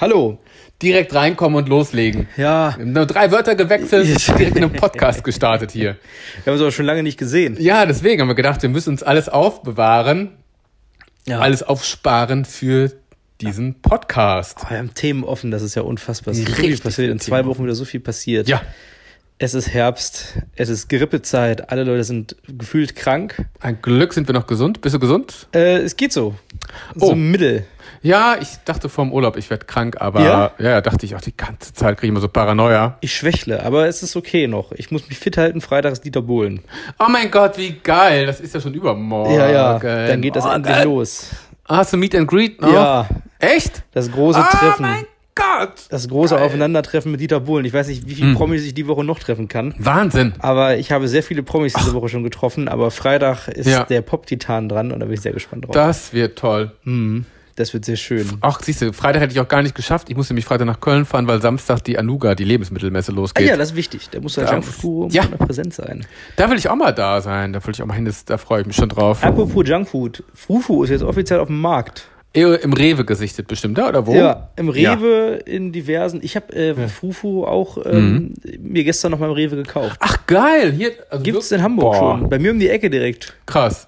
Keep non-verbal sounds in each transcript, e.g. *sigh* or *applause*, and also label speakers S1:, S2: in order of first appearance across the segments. S1: Hallo. Direkt reinkommen und loslegen.
S2: Ja,
S1: Wir haben nur drei Wörter gewechselt, direkt einen Podcast gestartet hier.
S2: wir haben es aber schon lange nicht gesehen.
S1: Ja, deswegen haben wir gedacht, wir müssen uns alles aufbewahren,
S2: Ja.
S1: alles aufsparen für diesen Podcast.
S2: Oh, wir haben Themen offen, das ist ja unfassbar. Es ist so viel
S1: Richtig
S2: passiert.
S1: viele
S2: In zwei
S1: Themen
S2: Wochen wieder so viel passiert.
S1: Ja,
S2: Es ist Herbst, es ist Grippezeit, alle Leute sind gefühlt krank.
S1: ein Glück sind wir noch gesund. Bist du gesund?
S2: Äh, es geht so.
S1: Oh.
S2: So mittel.
S1: Ja, ich dachte vor dem Urlaub, ich werde krank, aber ja?
S2: Ja?
S1: ja, dachte ich auch die ganze Zeit kriege ich immer so Paranoia.
S2: Ich schwächle, aber es ist okay noch. Ich muss mich fit halten, Freitag ist Dieter Bohlen.
S1: Oh mein Gott, wie geil! Das ist ja schon übermorgen.
S2: ja, ja, dann geht das
S1: oh,
S2: endlich
S1: geil.
S2: los.
S1: Ah, Hast du Meet and Greet? noch?
S2: Ja,
S1: Echt?
S2: das große
S1: oh
S2: Treffen.
S1: mein Gott!
S2: Das große
S1: Geil. Hm.
S2: Aufeinandertreffen mit Dieter Bohlen. Ich weiß nicht, wie viele Promis ich die Woche noch treffen kann.
S1: Wahnsinn.
S2: Aber ich habe sehr viele Promis diese Woche schon getroffen, aber Freitag ist
S1: Ja.
S2: der Pop-Titan dran und da bin ich sehr gespannt drauf.
S1: Das wird toll.
S2: das wird sehr schön.
S1: Ach, siehst du, Freitag hätte ich auch gar nicht geschafft. Ich musste mich Freitag nach Köln fahren, weil Samstag die Anuga, die Lebensmittelmesse,
S2: Ah
S1: losgeht.
S2: ja, das ist wichtig. Da muss der
S1: Da-
S2: Junkfood
S1: Ja.
S2: ja. präsent sein.
S1: Da will ich auch mal da sein. Da will ich auch mal hin. Das, da freue ich mich schon drauf.
S2: Apropos Junkfood, Fufu ist jetzt offiziell auf dem Markt.
S1: Eh, Im Rewe gesichtet bestimmt, da oder wo?
S2: Oh? Ja, im Rewe, in diversen. Ich habe äh, Fufu auch ähm, mir gestern noch mal im Rewe gekauft.
S1: Ach geil, hier also
S2: Gibt's
S1: wir-
S2: in Hamburg
S1: Boah,
S2: schon? Bei mir um die Ecke direkt.
S1: Krass.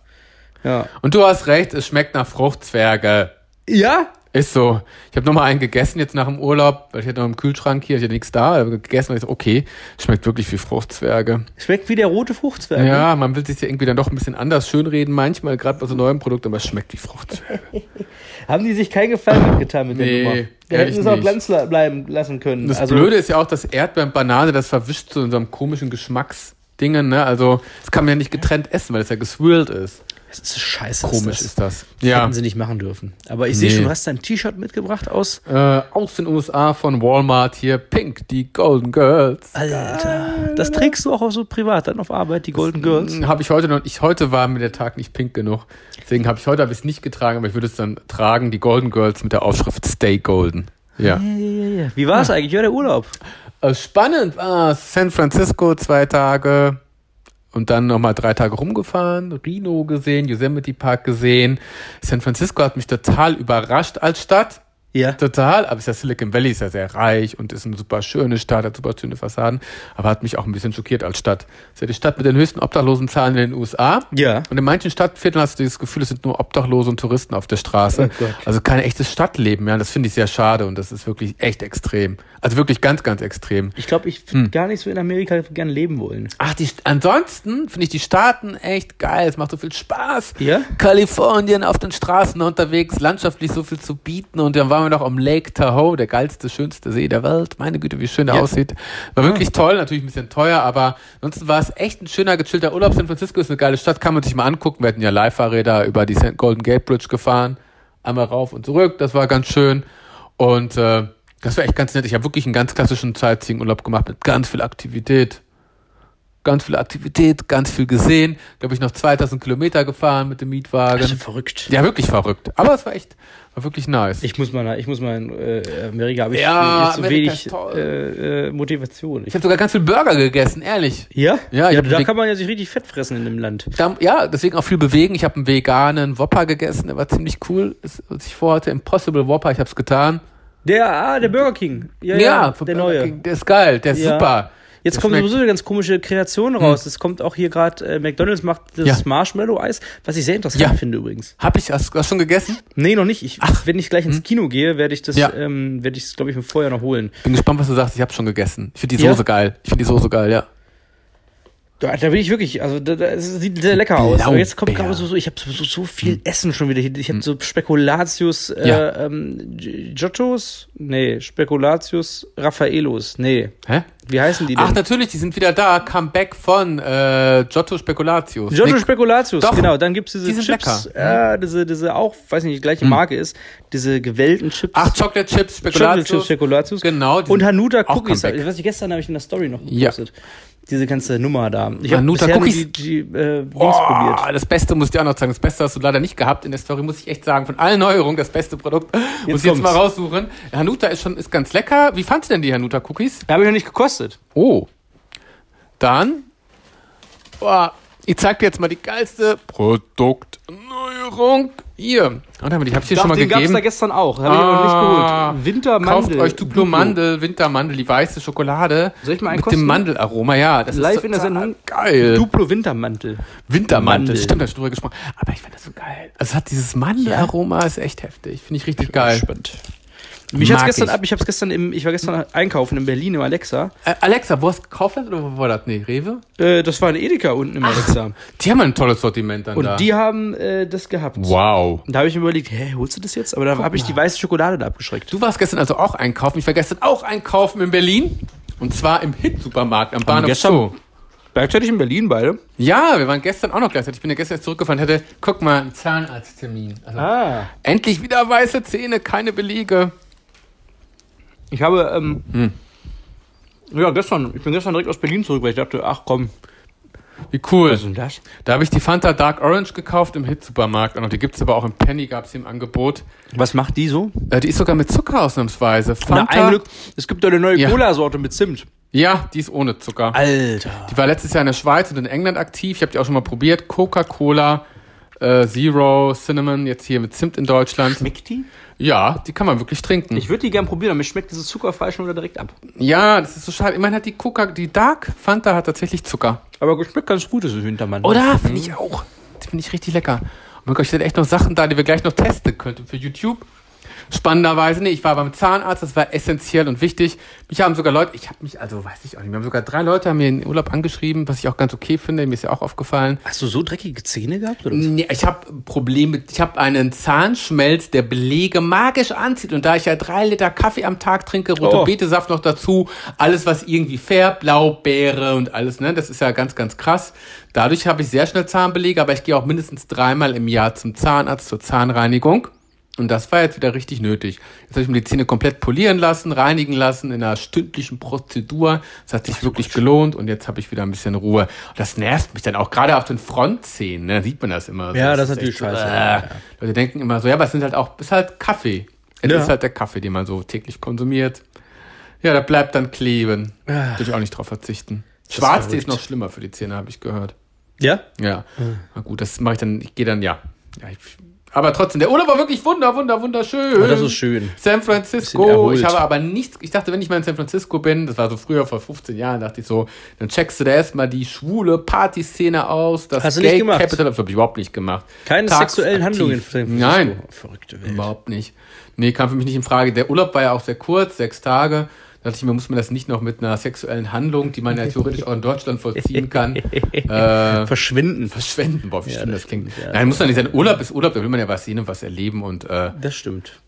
S2: Ja.
S1: Und du hast recht, es schmeckt nach Fruchtzwerge.
S2: Ja?
S1: Ist so. Ich habe nochmal einen gegessen jetzt nach dem Urlaub, weil ich hatte noch im Kühlschrank hier, ich hatte nichts da, hab gegessen und ich so, okay, schmeckt wirklich wie Fruchtzwerge.
S2: Schmeckt wie der rote Fruchtzwerg.
S1: Ja, man will sich ja irgendwie dann doch ein bisschen anders schönreden manchmal, gerade bei so neuem Produkt, aber es schmeckt wie Fruchtzwerge.
S2: Haben die sich keinen Gefallen mitgetan mit
S1: Nee,
S2: der Nummer? Wir
S1: ehrlich
S2: hätten es auch
S1: nicht.
S2: ganz la- bleiben lassen können.
S1: Das
S2: also,
S1: Blöde ist ja auch, dass Erdbeeren, Banane, das verwischt zu unserem komischen Geschmacksdingen, ne? Also, das kann man ja nicht getrennt essen, weil es ja geswirlt ist.
S2: Es ist scheiße.
S1: Komisch
S2: ist
S1: ist das.
S2: das.
S1: Ja.
S2: Hätten sie nicht machen dürfen. Aber ich sehe
S1: Nee.
S2: schon, du hast dein T-Shirt mitgebracht aus.
S1: Äh, aus den USA von Walmart hier, Pink, die Golden Girls.
S2: Alter. Das trägst du auch so privat, dann auf Arbeit, die Golden Girls.
S1: Habe Hm, ich heute noch, ich heute war mir der Tag nicht pink genug. Deswegen habe ich heute habe ich es nicht getragen, aber ich würde es dann tragen, die Golden Girls mit der Aufschrift Stay Golden. Ja.
S2: Ja, ja, ja, ja. Wie war es eigentlich? Ja, der Urlaub.
S1: Äh, Spannend war San Francisco zwei Tage und dann nochmal drei Tage rumgefahren, Reno gesehen, Yosemite Park gesehen. San Francisco hat mich total überrascht als Stadt.
S2: Ja.
S1: Total, aber es ist ja Silicon Valley ist ja sehr reich und ist eine super schöne Stadt, hat super schöne Fassaden, aber hat mich auch ein bisschen schockiert als Stadt. Es ist ja die Stadt mit den höchsten Obdachlosenzahlen in den USA.
S2: Ja.
S1: Und in manchen Stadtvierteln hast du dieses Gefühl, es sind nur Obdachlose und Touristen auf der Straße.
S2: Oh Gott.
S1: also kein echtes Stadtleben, ja. Das finde ich sehr schade und das ist wirklich echt extrem. Also wirklich ganz, ganz extrem.
S2: Ich glaube, ich
S1: Hm.
S2: würde gar nicht so in Amerika gern leben wollen.
S1: Ach, die, ansonsten finde ich die Staaten echt geil. Es macht so viel Spaß.
S2: Ja?
S1: Kalifornien auf den Straßen unterwegs, landschaftlich so viel zu bieten. Und dann waren wir noch am Lake Tahoe, der geilste, schönste See der Welt. Meine Güte, wie schön der
S2: Ja.
S1: aussieht. War wirklich toll, natürlich ein bisschen teuer, aber ansonsten war es echt ein schöner, gechillter Urlaub. San Francisco ist eine geile Stadt, kann man sich mal angucken. Wir hatten ja Live-Fahrräder über die San- Golden Gate Bridge gefahren. Einmal rauf und zurück, das war ganz schön. Und äh, das war echt ganz nett. Ich habe wirklich einen ganz klassischen Sightseeing-Urlaub gemacht mit ganz viel Aktivität ganz viel Aktivität, ganz viel gesehen. Glaube ich noch 2000 Kilometer gefahren mit dem Mietwagen.
S2: Das ist Also verrückt.
S1: ja, wirklich verrückt. Aber es war echt, war wirklich nice.
S2: Ich muss mal, nach- ich muss mal in äh, Amerika, aber ich
S1: Ja,
S2: ich- so
S1: Amerika ist
S2: wenig
S1: toll.
S2: äh, äh, Motivation.
S1: ich habe sogar ganz viel Burger gegessen, ehrlich.
S2: ja?
S1: Ja, ich hab
S2: da
S1: die-
S2: kann man ja sich richtig fett fressen in dem Land.
S1: Da, ja, deswegen auch viel bewegen. Ich habe einen veganen Whopper gegessen, der war ziemlich cool. Das, was ich vorhatte, Impossible Whopper, ich habe es getan.
S2: Der, ah, der Burger King. Ja,
S1: von
S2: der
S1: Burger
S2: neue.
S1: King, der ist geil, der ist
S2: Ja.
S1: super.
S2: Jetzt
S1: Der
S2: kommen
S1: schmeckt- Hm.
S2: sowieso eine ganz komische Kreationen raus. Es kommt auch hier gerade, äh, McDonalds macht das
S1: Ja.
S2: Marshmallow-Eis, was ich sehr interessant
S1: Ja.
S2: finde übrigens.
S1: Hab ich hast du das schon gegessen?
S2: Nee, noch nicht. Ich, Wenn ich gleich ins Kino gehe, werde ich das,
S1: Hm. Ja.
S2: ähm, werde ich es, glaube ich, mir vorher noch holen.
S1: Bin gespannt, was du sagst. Ich habe schon gegessen. Ich finde die
S2: Ja?
S1: Soße geil. Ich finde die Soße geil, ja.
S2: Da, da bin ich wirklich, also da, da, es sieht sehr lecker aus. Aber jetzt kommt gerade so, so, ich habe so, so, so viel Essen schon wieder hier. Ich habe so Spekulatius, äh,
S1: Hm. Ja.
S2: ähm, G- Giottos? Nee, Spekulatius Raffaelos. Nee.
S1: Hä?
S2: Wie heißen die denn?
S1: Ach, natürlich, die sind wieder da. Comeback von äh, Giotto Speculatius.
S2: Giorgio
S1: Nee,
S2: Speculatius,
S1: Doch.
S2: genau. Dann gibt's diese
S1: Die sind
S2: Chips, äh, diese, diese auch, weiß nicht, die gleiche Marke ist, diese gewellten Chips.
S1: Hm. Ach, Chocolate Chips,
S2: Chocolate
S1: Spekulatius.
S2: Chips Speculatius.
S1: Genau, die
S2: Und
S1: sind
S2: Hanuta
S1: auch
S2: Cookies.
S1: Comeback.
S2: Ich weiß nicht, gestern habe ich in der Story noch
S1: Ja.
S2: gepostet. Diese ganze Nummer da. Ich hab
S1: Hanuta
S2: bisher nur
S1: Cookies.
S2: Die, die äh, Dings probiert.
S1: Boah, das Beste muss ich dir auch noch sagen. Das Beste hast du leider nicht gehabt in der Story, muss ich echt sagen. Von allen Neuerungen das beste Produkt. muss ich jetzt
S2: kommt's.
S1: mal raussuchen. Hanuta ist schon ist ganz lecker. Wie fandst du denn die Hanuta Cookies?
S2: Habe ich noch nicht gekostet.
S1: Oh. Dann. Boah, ich zeig dir jetzt mal die geilste Produktneuerung Hier. Und damit, ich habe hier
S2: Doch,
S1: schon mal
S2: den gab es
S1: gegeben.
S2: da gestern auch. Habe ich aber
S1: Ah,
S2: noch nicht geholt. Wintermandel.
S1: Kauft euch Duplo Mandel, Wintermandel, die weiße Schokolade.
S2: Soll ich mal einen
S1: Mit
S2: kosten?
S1: dem Mandelaroma, ja. Das
S2: Live
S1: ist
S2: in der
S1: total
S2: Sendung.
S1: Geil.
S2: Duplo Wintermantel.
S1: Wintermantel.
S2: Mandel.
S1: Stimmt, da hab ich drüber gesprochen. Aber ich finde das so geil. Also es hat dieses Mandelaroma, ist echt heftig. Finde ich richtig geil.
S2: Spannend. Mich hat's
S1: Mag
S2: gestern
S1: ich.
S2: ab, ich hab's gestern im, ich war gestern einkaufen in Berlin im Alexa.
S1: Äh, Alexa, wo hast du gekauft oder wo war das? Nee, Rewe?
S2: Äh, das war ein Edeka unten im Alexa.
S1: Die haben ein tolles Sortiment dann
S2: Und
S1: da.
S2: die haben äh, das gehabt.
S1: wow.
S2: Und da habe ich mir überlegt, hä, holst du das jetzt? Aber da habe ich die weiße Schokolade da abgeschreckt.
S1: Du warst gestern also auch einkaufen. Ich war gestern auch einkaufen in Berlin. Und zwar im Hit-Supermarkt am Bahnhof
S2: gestern-
S1: Zoo.
S2: Gleichzeitig in Berlin beide.
S1: Ja, wir waren gestern auch noch gleichzeitig. Ich bin ja gestern erst zurückgefahren. Hätte, guck mal, einen Zahnarzttermin. Also,
S2: Ah.
S1: Endlich wieder weiße Zähne, keine Belege.
S2: Ich habe, ähm,
S1: Hm.
S2: ja, gestern, ich bin gestern direkt aus Berlin zurück, weil ich dachte, ach komm,
S1: Wie cool.
S2: was ist denn das?
S1: Da habe ich die Fanta Dark Orange gekauft im Hit-Supermarkt. Und die gibt's aber auch im Penny, gab's sie im Angebot.
S2: Was macht die so?
S1: Äh, die ist sogar mit Zucker ausnahmsweise.
S2: Na,
S1: Fanta,
S2: ein Glück, es gibt da eine neue
S1: Ja.
S2: Cola-Sorte mit Zimt.
S1: Ja, die ist ohne Zucker.
S2: Ah. Alter.
S1: Die war letztes Jahr in der Schweiz und in England aktiv. Ich habe die auch schon mal probiert. Coca-Cola, äh, Zero, Cinnamon, jetzt hier mit Zimt in Deutschland.
S2: Schmeckt die?
S1: Ja, die kann man wirklich trinken.
S2: Ich würde die gern probieren, aber mir schmeckt dieses Zuckerfleisch schon wieder direkt ab.
S1: ja, das ist so schade. Immerhin hat die Coca, die Dark Fanta hat tatsächlich Zucker.
S2: Aber schmeckt ganz gut, dieses Hintermann.
S1: Oder? Finde ich auch. Die finde ich richtig lecker. Oh mein Gott, ich hätte echt noch Sachen da, die wir gleich noch testen könnten für YouTube. Spannenderweise, nee, ich war beim Zahnarzt, das war essentiell und wichtig. Mich haben sogar Leute, ich habe mich, also weiß ich auch nicht, mir haben sogar drei Leute haben mir in den Urlaub angeschrieben, was ich auch ganz okay finde, mir ist ja auch aufgefallen.
S2: Hast du so dreckige Zähne gehabt? Oder?
S1: Nee, ich habe Probleme. Ich habe einen Zahnschmelz, der Belege magisch anzieht. Und da ich ja drei Liter Kaffee am Tag trinke, rote
S2: Oh.
S1: Betesaft noch dazu, alles, was irgendwie färbt, Blaubeere und alles, ne? Das ist ja ganz, ganz krass. Dadurch habe ich sehr schnell Zahnbelege, aber ich gehe auch mindestens dreimal im Jahr zum Zahnarzt, zur Zahnreinigung. Und das war jetzt wieder richtig nötig. Jetzt habe ich mir die Zähne komplett polieren lassen, reinigen lassen in einer stündlichen Prozedur. Das hat sich wirklich gelohnt und jetzt habe ich wieder ein bisschen Ruhe. Und das nervt mich dann auch, gerade auf den Frontzähnen, ne, sieht man das immer.
S2: Ja, das ist
S1: echt
S2: natürlich
S1: so,
S2: scheiße,
S1: äh,
S2: ja, ja.
S1: Leute denken immer so, ja, aber es sind halt auch, ist halt Kaffee. Es
S2: Ja.
S1: ist halt der Kaffee, den man so täglich konsumiert. Ja, da bleibt dann kleben.
S2: Ah.
S1: Würde ich auch nicht drauf verzichten. Schwarztee ist noch
S2: verrückt.
S1: schlimmer für die Zähne, habe ich gehört.
S2: Ja?
S1: Ja,
S2: Ah.
S1: na gut, das mache ich dann, ich gehe dann, ja. ja ich, aber trotzdem, der Urlaub war wirklich wunder, wunder, wunderschön.
S2: Oh, das ist schön.
S1: San
S2: Bisschen
S1: Francisco,
S2: erholt.
S1: ich habe aber nichts, ich dachte, wenn ich mal in San Francisco bin, das war so früher, vor 15 Jahren, dachte ich so, dann checkst du da erstmal die schwule Partyszene aus, das
S2: Hast du nicht
S1: Gay
S2: gemacht?
S1: Capital, das habe ich überhaupt nicht gemacht.
S2: Keine
S1: Tags
S2: sexuellen
S1: aktiv.
S2: Handlungen. San Francisco.
S1: Nein,
S2: Verrückte Welt.
S1: überhaupt nicht. Nee, kam für mich nicht in Frage. Der Urlaub war ja auch sehr kurz, sechs Tage. Da dachte ich mir, muss man das nicht noch mit einer sexuellen Handlung, die man ja theoretisch auch in Deutschland vollziehen
S2: *laughs*
S1: kann, äh,
S2: Verschwinden.
S1: verschwenden. Boah, wie schlimm das klingt.
S2: stimmt, ja.
S1: Nein, muss doch nicht sein. Urlaub ist Urlaub, da will man ja was sehen und was erleben. Und äh,
S2: Das stimmt.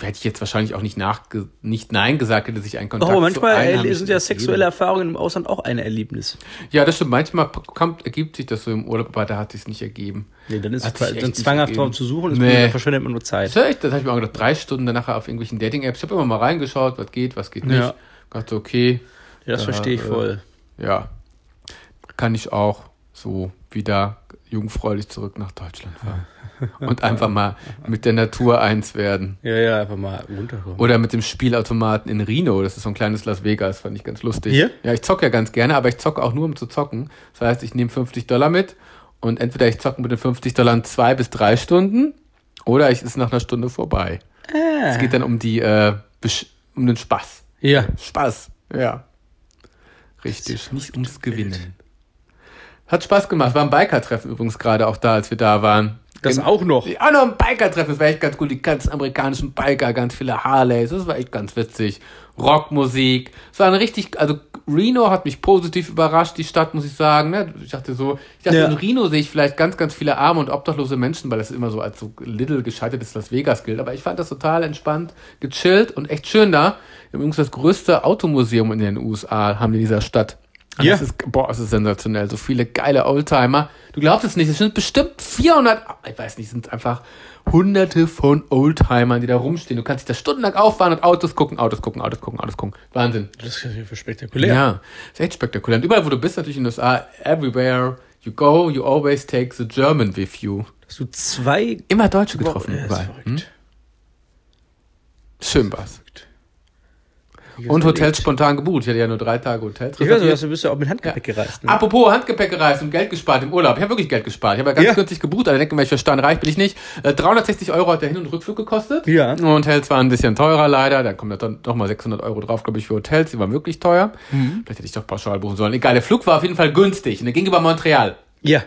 S1: hätte ich jetzt wahrscheinlich auch nicht, nachge nicht Nein gesagt, hätte sich ein
S2: Doch,
S1: Kontakt
S2: aber
S1: zu
S2: Oh, manchmal äh,
S1: Einheimischen
S2: sind ja
S1: ergeben.
S2: sexuelle Erfahrungen im Ausland auch ein Erlebnis.
S1: Ja, das stimmt. Manchmal kommt, ergibt sich das so im Urlaub, aber da hat es nicht ergeben.
S2: Nee, dann ist
S1: Hat
S2: es
S1: sich echt
S2: dann
S1: nicht
S2: zwanghaft
S1: ergeben.
S2: drauf zu suchen, das
S1: Nee.
S2: dann verschwendet man nur
S1: Das
S2: Zeit.
S1: habe ich, das hab ich mir auch gedacht, drei Stunden danach auf irgendwelchen Dating-Apps. Ich habe immer mal reingeschaut, was geht, was geht nicht.
S2: Ja.
S1: Dachte, okay,
S2: Ja, das
S1: Ja,
S2: verstehe ich
S1: äh,
S2: voll.
S1: ja, kann ich auch so wieder jugendfreudig zurück nach Deutschland fahren. Und einfach mal mit der Natur eins werden.
S2: Ja, ja, einfach mal runterkommen.
S1: Oder mit dem Spielautomaten in Reno. Das ist so ein kleines Las Vegas, fand ich ganz lustig.
S2: Hier?
S1: Ja, ich zocke ja ganz gerne, aber ich zocke auch nur, um zu zocken. Das heißt, ich nehme 50 Dollar mit und entweder ich zocke mit den 50 Dollar in zwei bis drei Stunden oder es ist nach einer Stunde vorbei. Es geht dann um die, äh, Besch- um den Spaß.
S2: Ja.
S1: Spaß, ja. Richtig, nicht ums Gewinnen. Hat Spaß gemacht. War ein Biker-Treffen übrigens gerade auch da, als wir da waren.
S2: Das auch noch.
S1: Auch noch ein Biker-Treffen, das war echt ganz cool. Die ganzen amerikanischen Biker, ganz viele Harleys, das war echt ganz witzig. Rockmusik, es war ein richtig, also Reno hat mich positiv überrascht, die Stadt, muss ich sagen. Ne? Ich dachte so, ich dachte,
S2: Ja.
S1: in Reno sehe ich vielleicht ganz, ganz viele arme und obdachlose Menschen, weil das immer so als so little gescheitertes Las Vegas gilt. Aber ich fand das total entspannt, gechillt und echt schön da. Übrigens das größte Automuseum in den USA haben die in dieser Stadt. Und
S2: Ja.
S1: Das ist, boah, es ist sensationell. So viele geile Oldtimer. Du glaubst es nicht. Es sind bestimmt 400, ich weiß nicht, es sind einfach hunderte von Oldtimern, die da rumstehen. Du kannst dich da stundenlang auffahren und Autos gucken, Autos gucken, Autos gucken, Autos gucken. Wahnsinn.
S2: Das ist ja spektakulär.
S1: Ja, ist echt spektakulär. Und überall, wo du bist, natürlich in den USA, everywhere you go, you always take the German with you.
S2: Hast du zwei
S1: Immer Deutsche getroffen. Hm?
S2: Ja, das ist
S1: überall.
S2: verrückt.
S1: Schön war's. Und Hotels spontan gebucht. Ich hatte ja nur drei Tage Hotels.
S2: Ich weiß nicht, du bist ja auch mit Handgepäck
S1: Ja. Ah.
S2: gereist. Ne?
S1: Apropos Handgepäck gereist und Geld gespart im Urlaub. Ich habe wirklich Geld gespart. Ich habe ja ganz
S2: Ja.
S1: günstig gebucht, aber denke mir, ich verstand reich bin ich nicht. Äh, 360 Euro hat der Hin- und Rückflug gekostet.
S2: Ja.
S1: Ne? Und Hotels waren ein bisschen teurer leider. Da kommen dann nochmal 600 Euro drauf, glaube ich, für Hotels. Die waren wirklich teuer. Vielleicht hätte ich doch pauschal buchen sollen. Egal, der Flug war auf jeden Fall günstig. Und der ging über Montreal.
S2: Ja.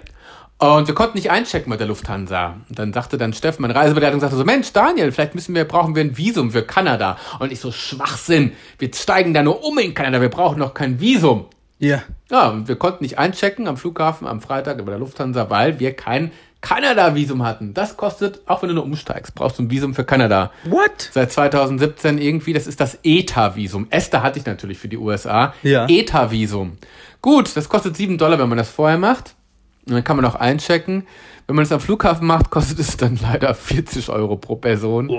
S1: Und wir konnten nicht einchecken mit der Lufthansa. Und dann sagte dann Steffen, mein Reisebegleitung, sagte so, Mensch, Daniel, vielleicht müssen wir, brauchen wir ein Visum für Kanada. Und ich so, Schwachsinn, wir steigen da nur um in Kanada, wir brauchen noch kein Visum.
S2: Ja.
S1: Ja, und wir konnten nicht einchecken am Flughafen am Freitag über der Lufthansa, weil wir kein Kanada-Visum hatten. Das kostet, auch wenn du nur umsteigst, brauchst du ein Visum für Kanada.
S2: What?
S1: Seit 2017 irgendwie, das ist das E ETA-Visum. ESTA hatte ich natürlich für die USA.
S2: Ja.
S1: ETA-Visum. E Gut, das kostet 7 Dollar, wenn man das vorher macht. Und dann kann man auch einchecken. Wenn man es am Flughafen macht, *laughs* kostet es dann leider 40 Euro pro Person.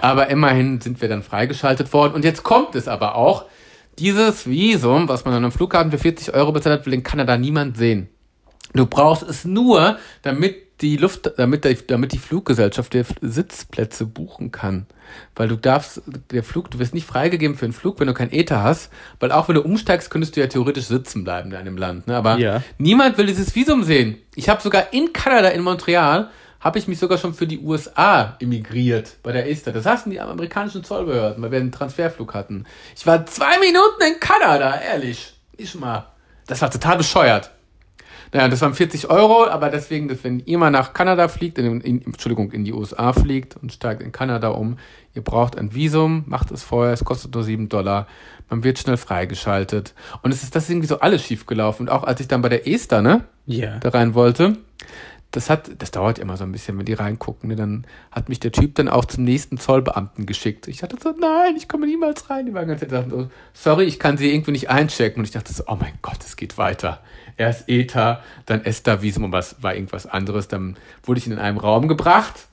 S1: Aber immerhin sind wir dann freigeschaltet worden. Und jetzt kommt es aber auch. Dieses Visum, was man an einem Flughafen für 40 Euro bezahlt hat, will in Kanada niemand sehen. Du brauchst es nur, damit die Luft, damit, der, damit die Fluggesellschaft dir Sitzplätze buchen kann. Weil du darfst, der Flug, du wirst nicht freigegeben für einen Flug, wenn du kein Ether hast. Weil auch wenn du umsteigst, könntest du ja theoretisch sitzen bleiben in einem Land. Ne? Aber
S2: Ja.
S1: niemand will dieses Visum sehen. Ich habe sogar in Kanada, in Montreal, habe ich mich sogar schon für die USA emigriert bei der ESTA. Das saßen die amerikanischen Zollbehörden, weil wir einen Transferflug hatten. Ich war zwei Minuten in Kanada, ehrlich. Ich mal. Das war total bescheuert. Naja, das waren 40 Euro, aber deswegen, dass wenn ihr mal nach Kanada fliegt, in, in, Entschuldigung, in die USA fliegt und steigt in Kanada um, ihr braucht ein Visum, macht es vorher, es kostet nur 7 Dollar, man wird schnell freigeschaltet. Und es ist das ist irgendwie so alles schiefgelaufen. Und auch als ich dann bei der Ester, ne,
S2: Ja.
S1: da rein wollte. Das hat, das dauert immer so ein bisschen, wenn die reingucken. Ne? Dann hat mich der Typ dann auch zum nächsten Zollbeamten geschickt. Ich dachte so, nein, ich komme niemals rein. Die waren ganz Zeit so, sorry, ich kann sie irgendwie nicht einchecken. Und ich dachte so, oh mein Gott, es geht weiter. Erst ETA, dann ESTA Visum und was war irgendwas anderes. Dann wurde ich in einem Raum gebracht,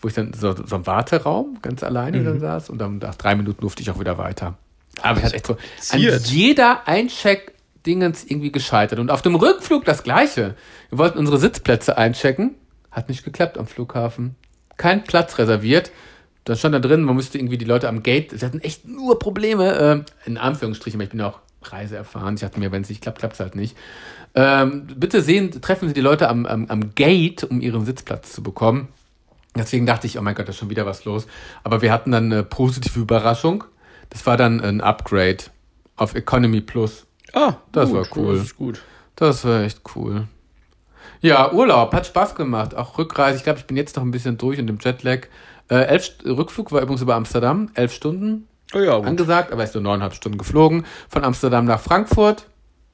S1: wo ich dann so, so im Warteraum ganz alleine dann saß und dann nach drei Minuten durfte ich auch wieder weiter. Aber ich hatte echt so an
S2: Ziert.
S1: jeder Eincheck Dingens irgendwie gescheitert. Und auf dem Rückflug das gleiche. Wir wollten unsere Sitzplätze einchecken. Hat nicht geklappt am Flughafen. Kein Platz reserviert. Dann stand da drin, man müsste irgendwie die Leute am Gate, sie hatten echt nur Probleme, ähm, in Anführungsstrichen, weil ich bin ja auch Reise erfahren. Ich dachte mir, wenn es nicht klappt, klappt es halt nicht. Ähm, bitte sehen, treffen Sie die Leute am, am, am Gate, um ihren Sitzplatz zu bekommen. Deswegen dachte ich, oh mein Gott, da ist schon wieder was los. Aber wir hatten dann eine positive Überraschung. Das war dann ein Upgrade auf Economy Plus.
S2: Ah,
S1: Das war cool.
S2: Das ist gut.
S1: Das war echt cool. Ja, Urlaub hat Spaß gemacht. Auch Rückreise. Ich glaube, ich bin jetzt noch ein bisschen durch und im Jetlag. Äh, elf, St- Rückflug war übrigens über Amsterdam. Elf Stunden
S2: Oh ja, gut.
S1: angesagt, aber ist nur neuneinhalb Stunden geflogen. Von Amsterdam nach Frankfurt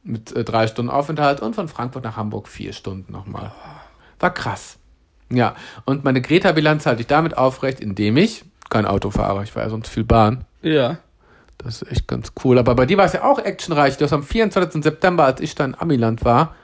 S1: mit äh, drei Stunden Aufenthalt und von Frankfurt nach Hamburg vier Stunden nochmal. War krass. Ja, und meine Greta-Bilanz halte ich damit aufrecht, indem ich kein Auto fahre. Ich fahre ja sonst viel Bahn.
S2: Ja.
S1: Das ist echt ganz cool. Aber bei dir war es ja auch actionreich. Du hast am 24. September, als ich da in Amiland war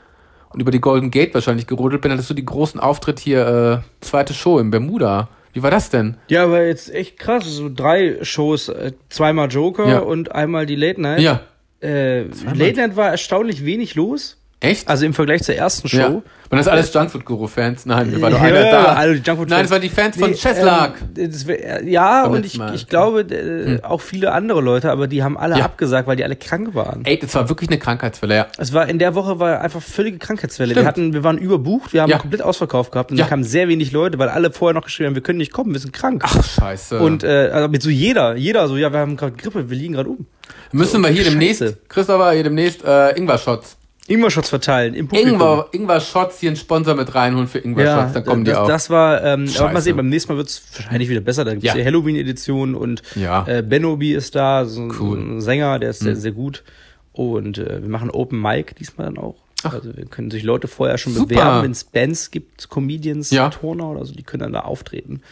S1: und über die Golden Gate wahrscheinlich gerodelt bin, hattest du die großen Auftritt hier, äh, zweite Show in Bermuda. Wie war das denn?
S2: Ja, aber jetzt echt krass. So drei Shows, äh, zweimal Joker
S1: Ja.
S2: und einmal die Late Night.
S1: Ja,
S2: Äh, Late Night war erstaunlich wenig los.
S1: echt?
S2: Also im Vergleich zur ersten Show. Äh,
S1: Ja. Waren das alles Junkfood Guru Fans? Nein, wir waren doch
S2: Ja, also
S1: einer da.
S2: alle Junkfood-Fans.
S1: Nein, es waren die Fans von
S2: Nee,
S1: Cheslak.
S2: ähm, das wär- ja,
S1: Beim
S2: und
S1: letzten
S2: ich,
S1: Mal. Hm.
S2: ich glaube, äh, auch viele andere Leute, aber die haben alle
S1: Ja.
S2: abgesagt, weil die alle krank waren.
S1: Ey, das war wirklich eine Krankheitswelle, ja.
S2: Es war in der Woche war einfach völlige Krankheitswelle. Wir
S1: Stimmt.
S2: hatten, wir waren überbucht, wir haben
S1: Ja.
S2: komplett Ausverkauf gehabt und
S1: Ja.
S2: da kamen sehr wenig Leute, weil alle vorher noch geschrieben haben, wir können nicht kommen, wir sind krank.
S1: Ach, scheiße.
S2: Und äh, also mit so jeder, jeder so, ja, wir haben gerade Grippe, wir liegen gerade um.
S1: Müssen wir hier
S2: Scheiße.
S1: demnächst, Christopher, hier demnächst äh, Ingwer-Shots.
S2: Ingwer-Shots verteilen im Publikum.
S1: Ingwer- Ingwer-Shots hier einen Sponsor mit reinholen für Ingwer-Shots,
S2: Ja,
S1: dann kommen
S2: das,
S1: die auch.
S2: Das war, ähm, aber mal
S1: Scheiße.
S2: sehen, beim nächsten Mal wird's wahrscheinlich wieder besser. Da gibt's
S1: Ja.
S2: die Halloween-Edition und
S1: Ja.
S2: äh, Benobi ist da, so, ein-
S1: Cool. Mhm.
S2: so ein Sänger, der ist sehr, sehr gut. Und äh, wir machen Open Mic diesmal dann auch. Also wir können sich Leute vorher schon
S1: Super.
S2: bewerben, wenn es Bands gibt, Comedians,
S1: Ja.
S2: Turner oder so, die können dann da auftreten.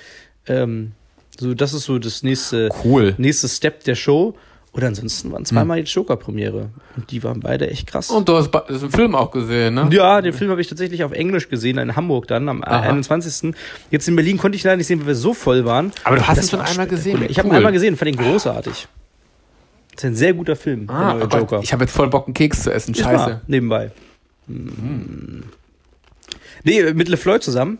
S2: Ähm, so, das ist so das nächste,
S1: Cool. Mhm.
S2: nächste Step der Show. Oder ansonsten waren zweimal die Joker-Premiere. Und die waren beide echt krass.
S1: Und du hast ba- das im Film auch gesehen, ne?
S2: Ja, den Film habe ich tatsächlich auf Englisch gesehen, in Hamburg dann am
S1: Aha.
S2: 21. Jetzt in Berlin konnte ich leider nicht sehen, weil wir so voll waren.
S1: Aber du hast
S2: Das
S1: ihn schon
S2: war
S1: einmal
S2: spektakulär.
S1: gesehen.
S2: Ich habe ihn
S1: Cool.
S2: einmal gesehen, fand ihn großartig. Das ist ein sehr guter Film,
S1: Ah,
S2: genau, der neue
S1: aber
S2: Joker.
S1: Ich habe jetzt voll Bock, einen Keks zu essen.
S2: Ist
S1: Scheiße.
S2: wahr, nebenbei. Hm. Nee, äh, mit LeFloid zusammen.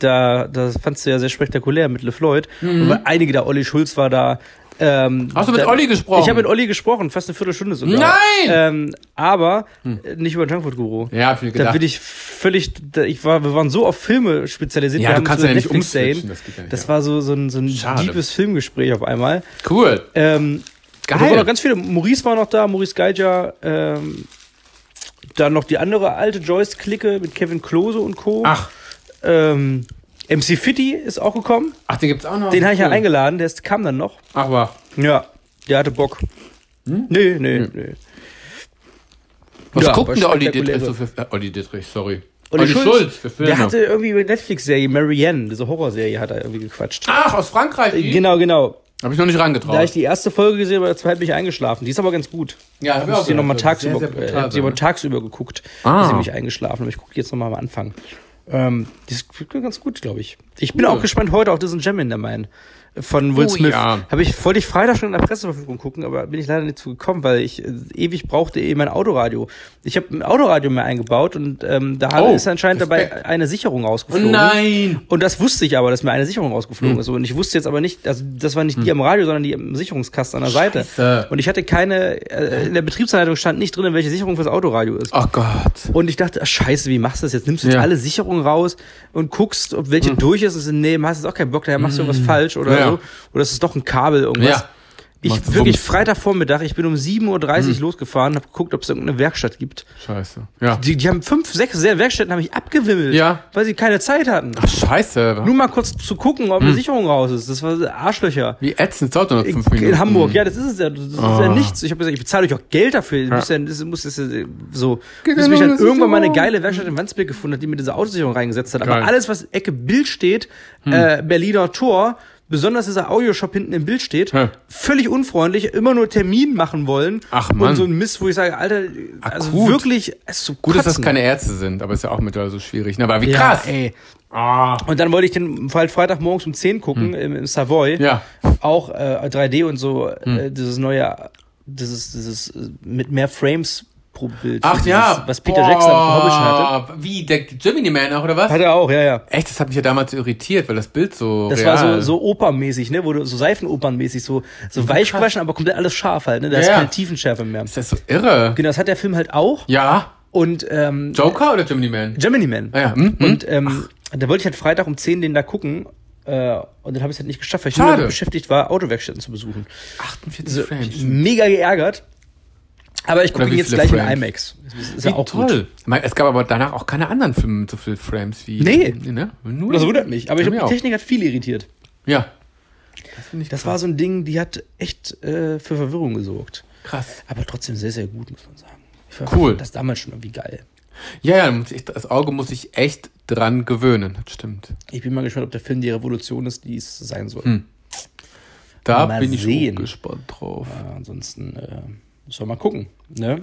S2: Da, das fandst du ja sehr spektakulär mit LeFloid. Und einige da, Olli Schulz war da, Ähm,
S1: Mhm. Hast du mit
S2: da-
S1: Olli gesprochen?
S2: Ich habe mit Olli gesprochen, fast eine Viertelstunde sogar.
S1: Nein! Hm.
S2: Ähm, aber äh, nicht über den Junkfood Guru.
S1: Ja, hab ich mir
S2: Da
S1: gedacht.
S2: bin ich völlig, da, ich war, wir waren so auf Filme spezialisiert.
S1: Ja,
S2: wir
S1: du
S2: haben
S1: kannst
S2: so
S1: ja nicht
S2: Netflix Day.
S1: umswitchen, das geht ja nicht,
S2: Das
S1: ja.
S2: war so, so ein, so ein
S1: Schade.
S2: liebes Filmgespräch auf einmal.
S1: cool.
S2: Ähm, da waren noch ganz viele. Maurice war noch da, Maurice Geiger. Ähm, dann noch die andere alte Joyce-Clique mit Kevin Klose und Co.
S1: Ach,
S2: Ähm, MC Fitty ist auch gekommen.
S1: ach, den gibt's auch noch.
S2: Den habe ich ja
S1: Cool.
S2: eingeladen, der ist, kam dann noch.
S1: Ach, war.
S2: Ja, der hatte Bock.
S1: Hm?
S2: Nee, nee, nee.
S1: Was
S2: Ja,
S1: guckt denn der
S2: aber
S1: Olli
S2: spektakuläre.
S1: Dietrich so für äh, Olli Dietrich, sorry.
S2: Olli Schulz,
S1: für Filme.
S2: der hatte irgendwie über die Netflix-Serie, Marianne, diese Horrorserie, hat er irgendwie gequatscht.
S1: Ach, aus Frankreich. die?
S2: Genau, genau.
S1: Hab ich noch nicht rangetraut.
S2: Da ich die erste Folge gesehen habe, bei der zweiten bin ich eingeschlafen. Die ist aber ganz gut.
S1: Ja, hab
S2: ich
S1: ich auch
S2: habe sie
S1: gehört.
S2: nochmal
S1: Das ist
S2: tagsüber,
S1: sehr, sehr
S2: äh,
S1: brutal
S2: hab sie aber
S1: sein, ne?
S2: tagsüber geguckt.
S1: Ah.
S2: Ah. Ist nämlich eingeschlafen, aber ich gucke jetzt nochmal am Anfang. Ähm, die ist ganz gut, glaube ich. Ich bin auch gespannt heute auf diesen Gem in der Main von Will
S1: Oh,
S2: Smith.
S1: ja.
S2: Habe ich wollte ich Freitag schon in der Presseverfügung gucken, aber bin ich leider nicht zu gekommen, weil ich äh, ewig brauchte eben mein Autoradio. Ich habe ein Autoradio mehr eingebaut und ähm, da
S1: Oh,
S2: ist anscheinend dabei
S1: Respekt. Oh
S2: eine Sicherung rausgeflogen.
S1: Nein!
S2: Und das wusste ich aber, dass mir eine Sicherung rausgeflogen
S1: Hm.
S2: ist. Und ich wusste jetzt aber nicht, also das war nicht die am Radio, sondern die am Sicherungskasten an der Seite.
S1: Scheiße.
S2: Und ich hatte keine, äh, in der Betriebsanleitung stand nicht drin, welche Sicherung fürs Autoradio ist.
S1: Ach Oh Gott.
S2: Und ich dachte, ach, scheiße, wie machst du das jetzt? Nimmst du jetzt
S1: Ja. Hm.
S2: alle Sicherungen raus und guckst, ob welche durch ist? Und nee, hast jetzt auch keinen Bock, daher machst du irgendwas falsch oder
S1: Ja.
S2: so. Oder es ist doch ein Kabel, irgendwas.
S1: Ja.
S2: Ich
S1: Macht's Hm.
S2: wirklich
S1: Wumms.
S2: Freitagvormittag, ich bin um 7.30 Uhr losgefahren, hab geguckt, ob es irgendeine Werkstatt gibt.
S1: Scheiße. Ja.
S2: Die, die haben fünf, sechs Werkstätten haben mich abgewimmelt,
S1: Ja.
S2: weil sie keine Zeit hatten.
S1: Ach, scheiße.
S2: Nur mal kurz zu gucken, ob eine Sicherung raus ist. Das war Arschlöcher.
S1: Wie ätzend. Dauert nur noch Hm. fünf Minuten.
S2: In Hamburg, ja, das ist es ja. Das ist ja
S1: Ah.
S2: nichts. Ich habe gesagt, ich bezahle euch auch Geld dafür. Ja.
S1: Ja.
S2: Muss ja, das muss das ja so.
S1: Geht
S2: Bis
S1: ja
S2: mich
S1: nur
S2: dann
S1: eine
S2: irgendwann mal eine
S1: Sicherung.
S2: geile Werkstatt in Wandsbek gefunden hat, die mir diese Autosicherung reingesetzt hat.
S1: Geil. Hm.
S2: Aber alles, was Ecke Bild steht, äh, Berliner Tor, besonders dieser Audioshop hinten im Bild steht,
S1: Hä?
S2: völlig unfreundlich, immer nur Termin machen wollen.
S1: Ach, Mann.
S2: Und so ein Mist, wo ich sage, Alter, also
S1: Akut.
S2: wirklich, es ist so
S1: Gut, dass das
S2: kotzen.
S1: keine Ärzte sind, aber ist ja auch mittlerweile so schwierig. Na, aber wie
S2: ja,
S1: krass.
S2: Ey.
S1: Ah.
S2: Und dann wollte ich den halt Freitagmorgens um 10 gucken im, im Savoy.
S1: Hm. Ja. Hm.
S2: Auch äh, 3D und so, äh, dieses neue, dieses, dieses äh, mit mehr Frames pro Bild.
S1: Ach
S2: dieses,
S1: ja.
S2: Was Peter Jackson auf Hobbit schon hatte.
S1: hatte. Wie, der Gemini Man auch, oder was?
S2: Hat er auch, ja, ja.
S1: Echt, das hat mich ja damals irritiert, weil das Bild so
S2: Das
S1: real.
S2: war so, so opernmäßig, ne? Wo du so Seifenopernmäßig, so, so weich gewaschen, aber komplett alles scharf halt, ne? Da
S1: Ja,
S2: ist
S1: ja.
S2: keine Tiefenschärfe mehr.
S1: Ist das so irre?
S2: Genau, das hat der Film halt auch.
S1: Ja.
S2: Und ähm,
S1: Joker oder Gemini Man?
S2: Gemini Man.
S1: Ah ja. Hm? Hm?
S2: Und ähm, da wollte ich halt Freitag um 10 den da gucken. Äh, und dann habe ich es halt nicht geschafft, weil ich
S1: Schade.
S2: nur damit beschäftigt war, Autowerkstätten zu besuchen.
S1: 48
S2: So,
S1: Frames.
S2: Also, mega geärgert. Aber ich gucke
S1: Oder
S2: ihn
S1: wie
S2: jetzt
S1: viele
S2: gleich
S1: Frames?
S2: in IMAX. Ist, ist
S1: Wie
S2: ja auch
S1: toll.
S2: Gut.
S1: Ich meine, es gab aber danach auch keine anderen Filme mit so viel Frames wie.
S2: Nee.
S1: Ne? Nur
S2: Das wundert mich. Aber ich
S1: Ja,
S2: glaube,
S1: auch.
S2: die Technik hat viel irritiert.
S1: Ja. Das finde ich
S2: Das war so ein Ding, die hat echt äh, für Verwirrung gesorgt.
S1: krass.
S2: Aber trotzdem sehr, sehr gut, muss man sagen. Ich war-
S1: Cool.
S2: Das damals schon irgendwie geil.
S1: Ja, ja, muss ich, das Auge muss ich echt dran gewöhnen. Das stimmt.
S2: Ich bin mal gespannt, ob der Film die Revolution ist, die es sein soll.
S1: Hm. Da
S2: Mal
S1: bin ich
S2: sehen.
S1: auch gespannt drauf.
S2: Ja, ansonsten äh, müssen wir mal gucken. Ne?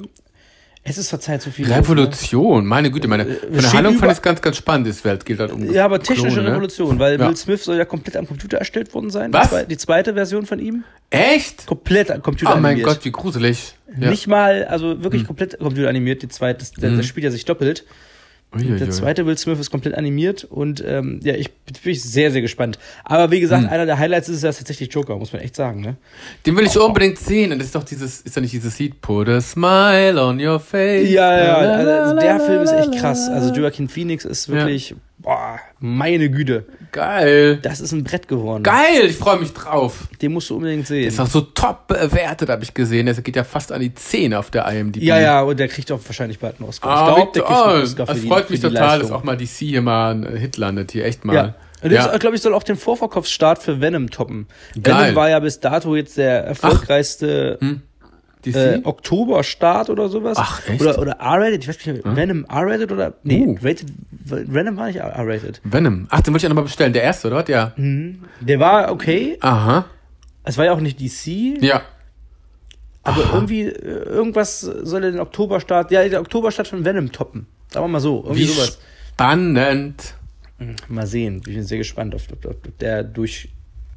S2: Es ist verzeiht so viel. ne?
S1: Revolution, meine Güte, meine. Von der
S2: steht
S1: Handlung fand
S2: über-
S1: ich es ganz, ganz spannend, das Welt gilt halt um.
S2: Ja, aber technische Revolution, weil
S1: Ja.
S2: Will Smith soll ja komplett am Computer erstellt worden sein.
S1: Was?
S2: Die, zwei, die zweite Version von ihm.
S1: Echt?
S2: Komplett am Computer
S1: Oh mein
S2: animiert.
S1: Gott, wie gruselig. Ja. Hm.
S2: Nicht mal, also wirklich komplett computeranimiert, die zweite, das, der- das spielt ja sich doppelt.
S1: Uiuiui.
S2: Der zweite Will Smith ist komplett animiert und ähm, ja, ich bin bin ich sehr, sehr gespannt. Aber wie
S1: Hm.
S2: gesagt, einer der Highlights ist ja tatsächlich Joker, muss man echt sagen, ne?
S1: Den will ich unbedingt sehen. Und das ist doch dieses, ist doch nicht dieses Lied, Put a smile on your face.
S2: Ja, ja,
S1: La, la,
S2: also
S1: la,
S2: der
S1: la,
S2: Film ist
S1: la,
S2: echt
S1: la.
S2: krass. Also Joaquin Phoenix ist wirklich, boah, meine Güte,
S1: Geil.
S2: das ist ein Brett geworden.
S1: Geil, ich freue mich drauf.
S2: Den musst du unbedingt sehen.
S1: Ist auch so top bewertet, habe ich gesehen. Das geht ja fast an die 10 auf der IMDb.
S2: Ja, ja, und der kriegt auch wahrscheinlich bald einen Oscar.
S1: Ah,
S2: glaub,
S1: wie
S2: einen
S1: toll.
S2: Oscar
S1: Das
S2: für die-
S1: freut
S2: für
S1: mich
S2: die
S1: total, dass
S2: Leistung.
S1: auch mal DC hier mal ein Hit landet. Hier echt mal.
S2: Ja. Und
S1: Ja.
S2: das, glaube ich, soll auch den Vorverkauf Start für Venom toppen.
S1: Geil.
S2: Venom war ja bis dato jetzt der erfolgreichste
S1: DC?
S2: äh, Oktober-Start oder sowas.
S1: Hm? Ach, echt? Hm?
S2: Oder, oder R-Rated, ich weiß nicht, Venom R-Rated oder. Nee,
S1: Uh.
S2: rated, Venom war nicht R-Rated.
S1: Venom. Ach, den wollte ich ja nochmal bestellen. Der erste, oder? was? Ja.
S2: Hm. Der war okay,
S1: Aha.
S2: es war ja auch nicht DC,
S1: Ja.
S2: aber irgendwie, äh, irgendwas soll den Oktoberstart, ja, der Oktoberstart von Venom toppen. Sagen wir mal so, irgendwie
S1: Wie
S2: sowas.
S1: spannend.
S2: Mal sehen, ich bin sehr gespannt, ob, ob, ob der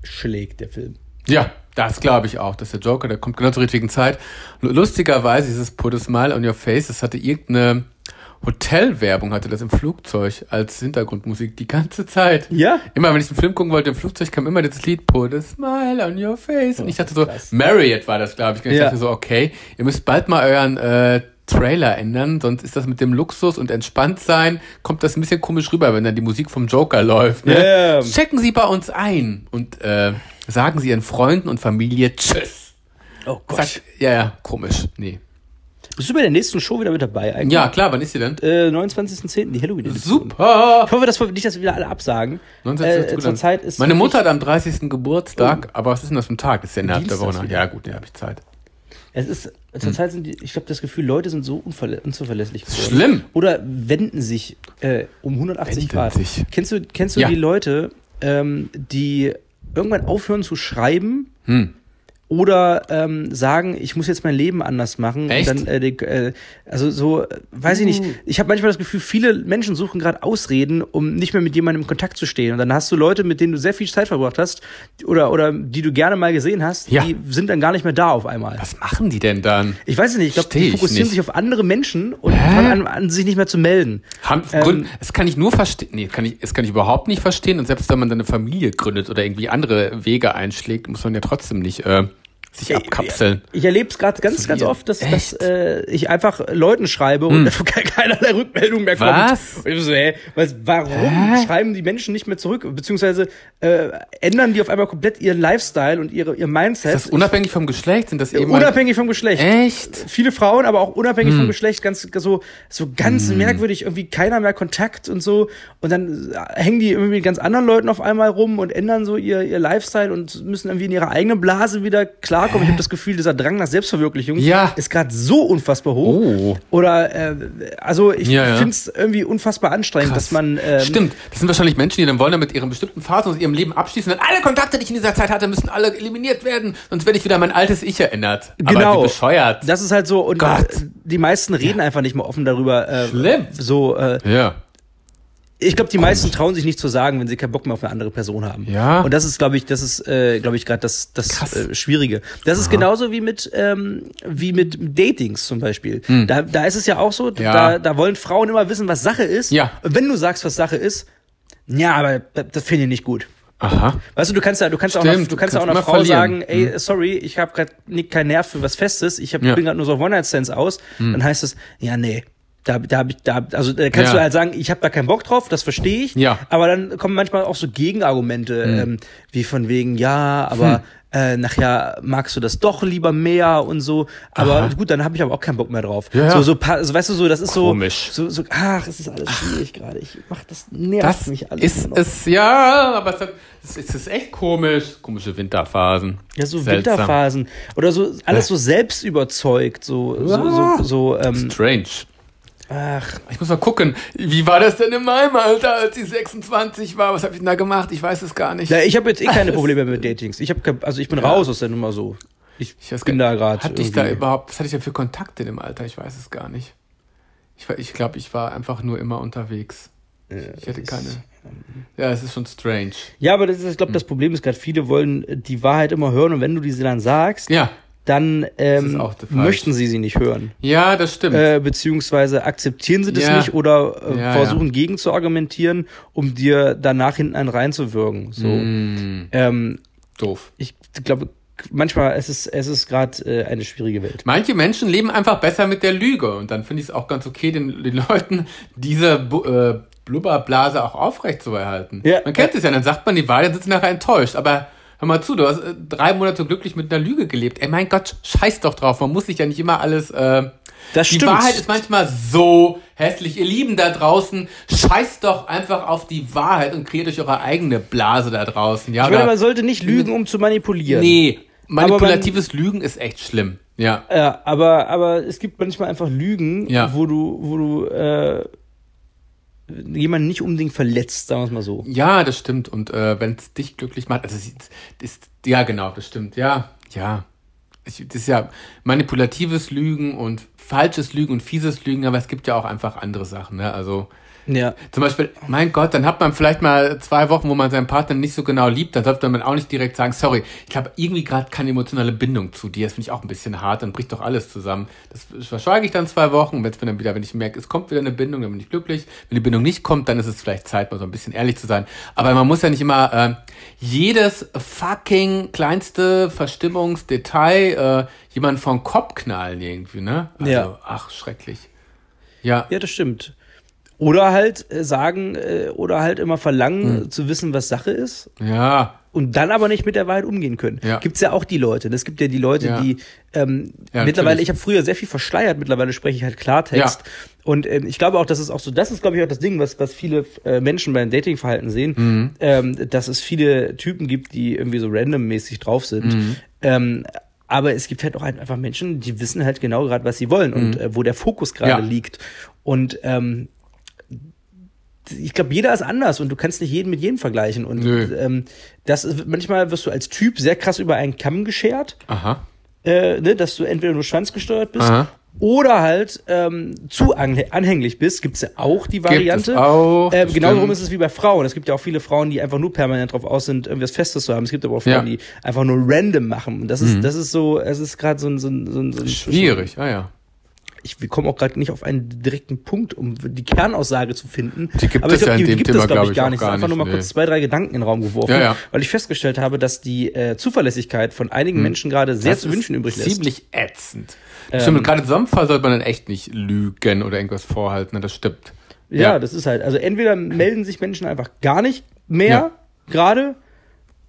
S2: durchschlägt, der Film.
S1: Ja, das glaube ich auch. Dass der Joker, der kommt genau zur richtigen Zeit. Lu- Lustigerweise, dieses Put a Smile on Your Face, das hatte irgendeine Hotelwerbung hatte das im Flugzeug als Hintergrundmusik die ganze Zeit.
S2: Ja?
S1: Immer wenn ich einen Film gucken wollte im Flugzeug, kam immer dieses Lied Put a smile on your face. Und ich dachte so, Marriott war das, glaube ich. Und ich
S2: Oh, Ja.
S1: dachte so, okay, ihr müsst bald mal euren äh, Trailer ändern, sonst ist das mit dem Luxus und entspannt sein, kommt das ein bisschen komisch rüber, wenn dann die Musik vom Joker läuft. Ne?
S2: Ja.
S1: Checken Sie bei uns ein und äh, sagen Sie Ihren Freunden und Familie Tschüss.
S2: Oh Gott.
S1: Zack. Ja, ja, komisch. Nee.
S2: Bist du bei der nächsten Show wieder mit dabei eigentlich?
S1: Ja, klar, wann ist sie denn?
S2: Äh, 29.10. die halloween Edition.
S1: Super!
S2: Ich hoffe, dass wir nicht, dass wir wieder alle absagen.
S1: 19.
S2: Äh,
S1: gut,
S2: zur
S1: dann-
S2: Zeit ist
S1: Meine
S2: wirklich-
S1: Mutter hat am 30. Geburtstag, aber was ist denn das für ein Tag? Ist ja innerhalb der
S2: Dienstags
S1: Woche. nach-
S2: wieder.
S1: Ja, gut, ja, habe ich Zeit.
S2: Es ist, zur Zeit sind die, ich habe das Gefühl, Leute sind so unverle- unzuverlässlich geworden.
S1: Schlimm.
S2: Oder wenden sich äh, um 180
S1: Wenden
S2: Grad.
S1: sich.
S2: Kennst du, kennst du
S1: Ja.
S2: die Leute, ähm, die irgendwann aufhören zu schreiben
S1: Hm.
S2: oder ähm, sagen, ich muss jetzt mein Leben anders machen?
S1: Echt? Uh.
S2: Und dann, äh, die, äh, also so, äh, weiß ich nicht. Ich habe manchmal das Gefühl, viele Menschen suchen gerade Ausreden, um nicht mehr mit jemandem in Kontakt zu stehen. Und dann hast du Leute, mit denen du sehr viel Zeit verbracht hast oder, oder die du gerne mal gesehen hast,
S1: Ja.
S2: die sind dann gar nicht mehr da auf einmal.
S1: Was machen die denn dann?
S2: Ich weiß es nicht, ich glaube,
S1: Versteh
S2: die
S1: ich
S2: fokussieren
S1: nicht.
S2: sich auf andere Menschen und
S1: Hä?
S2: fangen an, an, sich nicht mehr zu melden.
S1: Haben,
S2: Ähm,
S1: Grund, das kann ich nur verstehen. Nee, kann ich, das kann ich überhaupt nicht verstehen. Und selbst wenn man seine Familie gründet oder irgendwie andere Wege einschlägt, muss man ja trotzdem nicht äh, sich abkapseln.
S2: Ich erlebe es gerade ganz, ganz
S1: Wie?
S2: oft, dass, dass
S1: Echt? Hm.
S2: äh, ich einfach Leuten schreibe und davon *laughs* ke- keinerlei Rückmeldung mehr kommt.
S1: Was?
S2: Und ich so, hä, was, warum
S1: Hä?
S2: schreiben die Menschen nicht mehr zurück? Beziehungsweise äh, ändern die auf einmal komplett ihren Lifestyle und ihre, ihr Mindset.
S1: Ist das unabhängig vom Geschlecht? Sind das eben.
S2: Äh, unabhängig vom Geschlecht.
S1: Echt?
S2: Viele Frauen, aber auch unabhängig
S1: Hm.
S2: vom Geschlecht, ganz so, so ganz merkwürdig, irgendwie keiner mehr Kontakt und so. Und dann äh, hängen die irgendwie mit ganz anderen Leuten auf einmal rum und ändern so ihr, ihr Lifestyle und müssen irgendwie in ihrer eigenen Blase wieder klarkommen. Ich habe das Gefühl, dieser Drang nach Selbstverwirklichung
S1: Ja.
S2: ist gerade so unfassbar hoch.
S1: Oh.
S2: Oder äh, also ich
S1: Ja, ja.
S2: finde es irgendwie unfassbar anstrengend, dass man ähm,
S1: Stimmt, das sind wahrscheinlich Menschen, die dann wollen, damit ihren bestimmten Phasen aus ihrem Leben abschließen. Dann alle Kontakte, die ich in dieser Zeit hatte, müssen alle eliminiert werden, sonst werde ich wieder an mein altes Ich erinnert.
S2: Genau.
S1: Aber wie bescheuert.
S2: Das ist halt so, und
S1: Gott.
S2: äh, die meisten reden einfach nicht mehr offen darüber. Äh,
S1: Schlimm.
S2: So, äh,
S1: Ja.
S2: Ich glaube, die meisten trauen sich nicht zu sagen, wenn sie keinen Bock mehr auf eine andere Person haben.
S1: Ja.
S2: Und das ist, glaube ich, das ist, äh, glaube ich, gerade das, das
S1: Krass.
S2: äh, Schwierige. Das ist genauso wie mit, ähm, wie mit Datings zum Beispiel. Da, da ist es ja auch so,
S1: Hm. Ja.
S2: da, da wollen Frauen immer wissen, was Sache ist.
S1: Ja.
S2: Und wenn du sagst, was Sache ist, ja, aber das finde ich nicht gut.
S1: Aha.
S2: Weißt du, du kannst ja, du kannst auch
S1: Stimmt,
S2: einer, du
S1: du
S2: kannst ja auch
S1: kannst
S2: einer
S1: immer
S2: Frau sagen,
S1: verlieren. Mhm.
S2: ey, sorry, ich habe gerade keinen Nerv für was Festes, ich hab,
S1: Ja. Mhm.
S2: bin gerade nur so auf One Night Stands aus. Dann heißt es, ja nee, da, da habe ich, da, also da kannst
S1: Ja.
S2: du halt sagen, ich habe da keinen Bock drauf, das verstehe ich.
S1: Ja. Mhm.
S2: Aber dann kommen manchmal auch so Gegenargumente, ähm, wie von wegen, ja,
S1: Hm.
S2: aber äh, nachher magst du das doch lieber mehr und so. Aber gut, dann habe ich aber auch keinen Bock mehr drauf.
S1: Ja, ja.
S2: So, so, pa- also, weißt du, so, das ist so,
S1: Komisch.
S2: so, so, ach, es ist alles schwierig gerade. Ich mach das nervt
S1: Das
S2: mich alles.
S1: ist
S2: nur noch.
S1: es, ja, aber es, hat, es ist- es ist echt komisch. Komische Winterphasen.
S2: Ja, so
S1: Seltsam.
S2: Winterphasen. Oder so alles so selbst überzeugt, so, so,
S1: Ah.
S2: so, so ähm,
S1: Strange.
S2: ach,
S1: Ich muss mal gucken, wie war das denn in meinem Alter, als ich 26 war? Was habe ich denn da gemacht? Ich weiß es gar nicht.
S2: ja, ich habe jetzt
S1: *laughs*
S2: eh keine Probleme mit Datings. Ich habe also ich bin raus aus der Nummer so. Ich,
S1: Ich weiß
S2: bin
S1: gar-
S2: da gerade.
S1: Hatte ich da
S2: irgendwie-
S1: überhaupt, was hatte ich da für Kontakte im Alter? Ich weiß es gar nicht. Ich, war- ich glaube, ich war einfach nur immer unterwegs. ich hatte
S2: äh, das-
S1: keine. Hm. Ja, es ist schon strange.
S2: Ja, aber das ist, ich glaube, das Problem ist gerade, viele wollen äh, die Wahrheit immer hören und wenn du diese dann sagst,
S1: Ja,
S2: dann ähm,
S1: auch falsch.
S2: möchten sie sie nicht hören.
S1: ja, das stimmt.
S2: Äh, beziehungsweise akzeptieren sie das
S1: Ja.
S2: nicht oder äh,
S1: Ja,
S2: versuchen gegen zu argumentieren, um dir danach hinten einen reinzuwirken. So.
S1: Hm,
S2: Ähm,
S1: doof.
S2: ich glaube, manchmal es ist es ist gerade äh, eine schwierige Welt.
S1: Manche Menschen leben einfach besser mit der Lüge und dann finde ich es auch ganz okay, den, den Leuten diese Bu äh, Blubberblase auch aufrecht zu erhalten.
S2: Ja.
S1: Man kennt es ja, dann sagt man die Wahrheit, dann sitzt nachher enttäuscht. Aber hör mal zu, du hast äh, drei Monate glücklich mit einer Lüge gelebt. Ey, mein Gott, scheiß doch drauf. Man muss sich ja nicht immer alles. Äh,
S2: Das
S1: die Wahrheit ist manchmal so hässlich. Ihr Lieben da draußen, scheiß doch einfach auf die Wahrheit und kreiert euch eure eigene Blase da draußen. Ja,
S2: ich meine,
S1: oder-
S2: man sollte nicht lügen, um zu manipulieren.
S1: nee,
S2: man-
S1: manipulatives Lügen ist echt schlimm. Ja.
S2: Ja, Äh, aber, aber es gibt manchmal einfach Lügen,
S1: Ja.
S2: wo du, wo du äh, jemanden nicht unbedingt verletzt, sagen wir es mal so.
S1: Ja, das stimmt. Und äh, wenn es dich glücklich macht, also es ist, ist, ja genau, das stimmt. Ja, ja. Ich, das ist ja manipulatives Lügen und falsches Lügen und fieses Lügen, aber es gibt ja auch einfach andere Sachen. Ne? Also
S2: Ja.
S1: Zum Beispiel, mein Gott, dann hat man vielleicht mal zwei Wochen, wo man seinen Partner nicht so genau liebt, dann sollte man auch nicht direkt sagen, sorry, ich habe irgendwie gerade keine emotionale Bindung zu dir, das finde ich auch ein bisschen hart, dann bricht doch alles zusammen. Das verschweige ich dann zwei Wochen und jetzt bin dann wieder, wenn ich merke, es kommt wieder eine Bindung, dann bin ich glücklich. Wenn die Bindung nicht kommt, dann ist es vielleicht Zeit, mal so ein bisschen ehrlich zu sein. Aber man muss ja nicht immer äh, jedes fucking kleinste Verstimmungsdetail äh, jemanden vom Kopf knallen irgendwie, ne? Also,
S2: Ja.
S1: ach, schrecklich. Ja.
S2: Ja, das stimmt. Oder halt äh, sagen äh, oder halt immer verlangen
S1: Hm.
S2: äh, zu wissen, was Sache ist
S1: Ja.
S2: und dann aber nicht mit der Wahrheit umgehen können.
S1: Ja.
S2: Gibt's ja auch die Leute. ne? Es gibt ja die Leute,
S1: Ja.
S2: die ähm,
S1: Ja,
S2: mittlerweile,
S1: natürlich.
S2: ich habe früher sehr viel verschleiert, mittlerweile spreche ich halt Klartext. Und ähm, ich glaube auch, das ist auch so, das ist, glaube ich, auch das Ding, was, was viele äh, Menschen beim Datingverhalten sehen,
S1: Mhm.
S2: ähm, dass es viele Typen gibt, die irgendwie so randommäßig drauf sind.
S1: Mhm.
S2: Ähm, aber es gibt halt auch ein- einfach Menschen, die wissen halt genau gerade, was sie wollen und äh, wo der Fokus gerade
S1: Mhm. Ja.
S2: liegt. Und ähm, ich glaube, jeder ist anders und du kannst nicht jeden mit jedem vergleichen. Und
S1: Nö.
S2: ähm, das ist, manchmal wirst du als Typ sehr krass über einen Kamm geschert,
S1: Aha.
S2: äh, ne, dass du entweder nur schwanzgesteuert bist
S1: Aha.
S2: oder halt ähm, zu anhäng- anhänglich bist. Gibt's ja auch die Variante.
S1: es auch,
S2: äh,
S1: das
S2: genau darum
S1: stimmt.
S2: ist es wie bei Frauen. Es gibt ja auch viele Frauen, die einfach nur permanent drauf aus sind, irgendwas Festes zu haben. Es gibt aber auch Frauen,
S1: Ja. Mhm.
S2: die einfach nur random machen. Und das ist, das ist so, es ist gerade so ein, so ein, so ein, so ein
S1: Schwierig, ah ja.
S2: ich wir kommen auch gerade nicht auf einen direkten Punkt, um die Kernaussage zu finden.
S1: Die gibt
S2: Aber ich
S1: es ja in
S2: die, die
S1: dem
S2: gibt
S1: Thema,
S2: es,
S1: glaub
S2: glaube ich, gar
S1: ich, auch
S2: nicht. Ich
S1: gar
S2: habe einfach nur mal
S1: nicht,
S2: kurz
S1: nee.
S2: zwei, drei Gedanken in den Raum geworfen,
S1: Ja, ja.
S2: weil ich festgestellt habe, dass die äh, Zuverlässigkeit von einigen Menschen gerade
S1: Hm.
S2: sehr
S1: Das
S2: zu
S1: ist
S2: wünschen übrig lässt. Ähm,
S1: Ziemlich ätzend. Das Stimmt, gerade in so einem Fall sollte man dann echt nicht lügen oder irgendwas vorhalten, ne, das stimmt.
S2: Ja, das ist halt. Also entweder melden sich Menschen einfach gar nicht mehr
S1: Ja.
S2: gerade,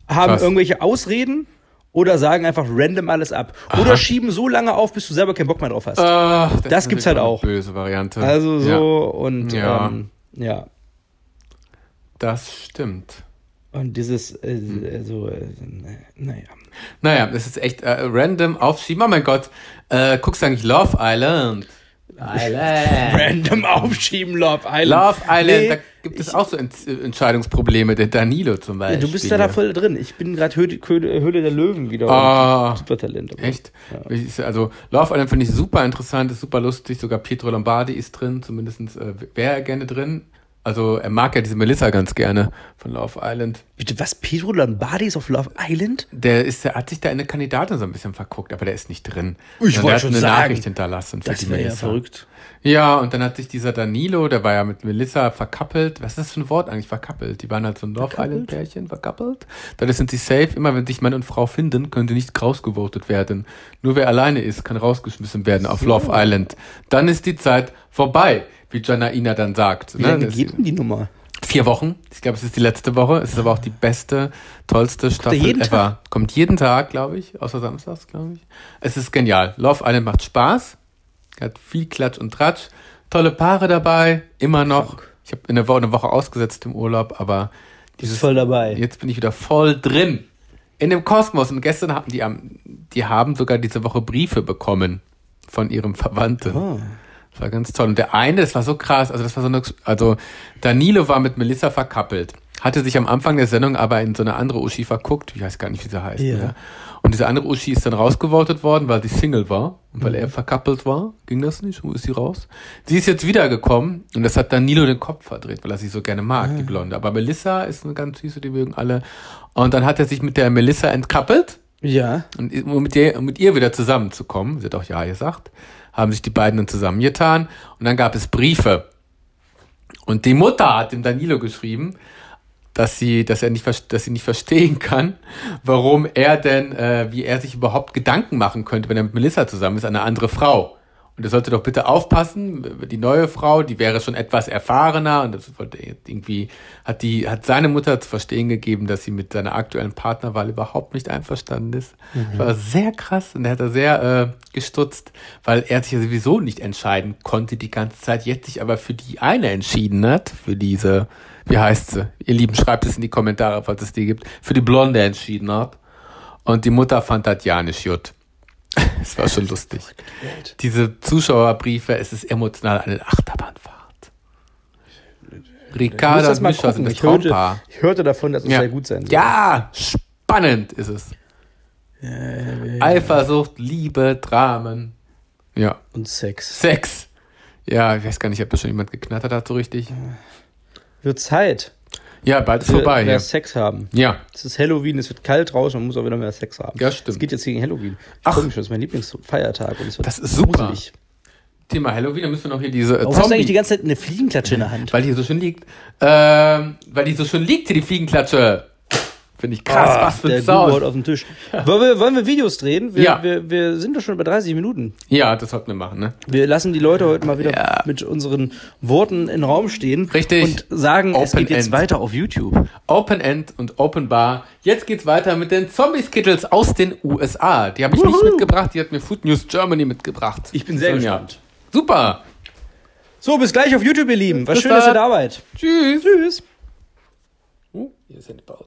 S2: haben
S1: Krass.
S2: irgendwelche Ausreden oder sagen einfach random alles ab. Oder schieben so lange auf, bis du selber keinen Bock mehr drauf hast.
S1: Ah, das,
S2: Das gibt's
S1: natürlich
S2: halt
S1: eine
S2: auch.
S1: Böse Variante.
S2: also so
S1: Ja,
S2: und
S1: Ja.
S2: Ähm, ja.
S1: das stimmt.
S2: Und dieses, äh, so, äh, ne- naja.
S1: Naja, das ist echt äh, random aufschieben. Oh mein Gott, äh, guckst du eigentlich Love Island? Island.
S2: Random aufschieben, Love Island.
S1: Äh. Love Island, da
S2: Nee,
S1: gibt es auch so Ent äh, Entscheidungsprobleme, der Danilo zum Beispiel.
S2: du bist ja da voll drin. Ich bin gerade Höhle, Höhle, Höhle der Löwen wieder.
S1: Ah.
S2: Supertalent. aber-
S1: Echt? Ich- Also Love Island finde ich super interessant, ist super lustig. Sogar Pietro Lombardi ist drin, zumindest äh, wäre er gerne drin. Also er mag ja diese Melissa ganz gerne von Love Island.
S2: Bitte, was? Pedro Lombardi ist auf Love Island?
S1: Der ist, der hat sich da in eine Kandidatin so ein bisschen verguckt, aber der ist nicht drin. Und
S2: Ich wollte
S1: der hat
S2: schon
S1: eine
S2: sagen,
S1: Nachricht hinterlassen für die
S2: wär
S1: Melissa.
S2: verrückt.
S1: Ja, und dann hat sich dieser Danilo, der war ja mit Melissa verkappelt. Was ist das für ein Wort eigentlich? Verkappelt. Die waren halt so ein Love
S2: Verkappelt?
S1: Island-Pärchen, verkappelt. Dadurch sind sie safe. Immer wenn sich Mann und Frau finden, können sie nicht rausgevotet werden. Nur wer alleine ist, kann rausgeschmissen werden auf Love Island. Dann ist die Zeit vorbei, wie Janaina dann sagt.
S2: Wie
S1: ne?
S2: lange
S1: Das-
S2: geht denn die Nummer?
S1: Vier Wochen. Ich glaube, es ist die letzte Woche. Es ist aber auch die beste, tollste Staffel
S2: jeden
S1: ever. Kommt jeden Tag, glaube ich. Außer samstags, glaube ich. Es ist genial. Love Island macht Spaß. Hat viel Klatsch und Tratsch. Tolle Paare dabei. Immer noch. Ich habe eine, Wo eine Woche ausgesetzt im Urlaub, aber
S2: Die ist voll dabei.
S1: Jetzt bin ich wieder voll drin. In dem Kosmos. Und gestern haben die, am- die haben sogar diese Woche Briefe bekommen von ihrem Verwandten.
S2: Ah.
S1: Das war ganz toll. Und der eine, das war so krass, also das war so eine, also Danilo war mit Melissa verkappelt, hatte sich am Anfang der Sendung aber in so eine andere Uschi verguckt, ich weiß gar nicht, wie sie heißt.
S2: Ja.
S1: Ne? Und diese andere Uschi ist dann rausgewortet worden, weil sie Single war und weil er verkappelt war. Ging das nicht? Wo ist sie raus? Sie ist jetzt wiedergekommen und das hat Danilo den Kopf verdreht, weil er sie so gerne mag, die Blonde. Aber Melissa ist eine ganz süße, die mögen alle. Und dann hat er sich mit der Melissa entkappelt
S2: Ja.
S1: und um mit, ihr, um mit ihr wieder zusammenzukommen, sie hat auch Ja gesagt, haben sich die beiden dann zusammengetan und dann gab es Briefe. Und die Mutter hat dem Danilo geschrieben, dass sie, dass er nicht, vers- dass sie nicht verstehen kann, warum er denn, äh, wie er sich überhaupt Gedanken machen könnte, wenn er mit Melissa zusammen ist, eine andere Frau. Und er sollte doch bitte aufpassen, die neue Frau, die wäre schon etwas erfahrener und das wollte er jetzt irgendwie, hat die, hat seine Mutter zu verstehen gegeben, dass sie mit seiner aktuellen Partnerwahl überhaupt nicht einverstanden ist. War sehr krass und er hat da sehr äh, gestutzt, weil er sich ja sowieso nicht entscheiden konnte die ganze Zeit, jetzt sich aber für die eine entschieden hat, für diese, wie heißt sie? Ihr Lieben, schreibt es in die Kommentare, falls es die gibt, für die Blonde entschieden hat. Und die Mutter fand das ja nicht gut. *laughs* Es war schon lustig. Diese Zuschauerbriefe, es ist emotional eine Achterbahnfahrt.
S2: Ich muss
S1: Ricardo
S2: das
S1: und
S2: mal
S1: Mischa sind
S2: gucken.
S1: das
S2: Ich hörte,
S1: Traumpaar.
S2: ich hörte davon, dass es
S1: Ja.
S2: sehr gut sein soll.
S1: Ja, spannend ist es. Eifersucht, Liebe, Dramen. Ja.
S2: Und Sex.
S1: Sex. Ja, ich weiß gar nicht, ob das schon jemand geknattert hat so richtig.
S2: Wird Zeit.
S1: Ja, bald ist
S2: dass wir
S1: vorbei.
S2: Mehr
S1: Ja.
S2: Sex haben.
S1: ja,
S2: Es ist Halloween, es wird kalt draußen, man muss auch wieder mehr Sex haben.
S1: Ja, stimmt.
S2: Es geht jetzt gegen Halloween. Ich
S1: Ach.
S2: freue mich schon, das ist mein Lieblingsfeiertag. Und es wird
S1: Das ist super.
S2: gruselig.
S1: Thema Halloween, da müssen wir noch hier diese äh,
S2: Warum hast du Oh, eigentlich
S1: Zombie,
S2: die ganze Zeit eine Fliegenklatsche in der Hand?
S1: weil die hier so schön liegt. Ähm, weil die so schön liegt, hier die Fliegenklatsche. Finde ich krass,
S2: Ah,
S1: was für
S2: der
S1: ein
S2: Sound.
S1: Sound.
S2: auf dem Tisch. Wollen wir, wollen wir Videos drehen? Wir,
S1: Ja.
S2: wir, wir sind doch schon über 30 Minuten.
S1: Ja, das sollten wir machen, ne?
S2: Wir lassen die Leute heute mal wieder
S1: Ja.
S2: mit unseren Worten in den Raum stehen.
S1: Richtig.
S2: Und sagen, es
S1: Open
S2: geht jetzt
S1: End.
S2: weiter auf YouTube.
S1: Open End und Open Bar. Jetzt geht's weiter mit den Zombie-Skittles aus den USA. Die habe ich nicht
S2: Wuhu.
S1: mitgebracht, die hat mir Food News Germany mitgebracht.
S2: Ich bin sehr
S1: Sonja.
S2: gespannt.
S1: Super.
S2: So, bis gleich auf YouTube, ihr Lieben. War
S1: Bis
S2: schön, dass ihr
S1: dann.
S2: da wart.
S1: Tschüss.
S2: Tschüss.
S1: Uh, hier sind Pause.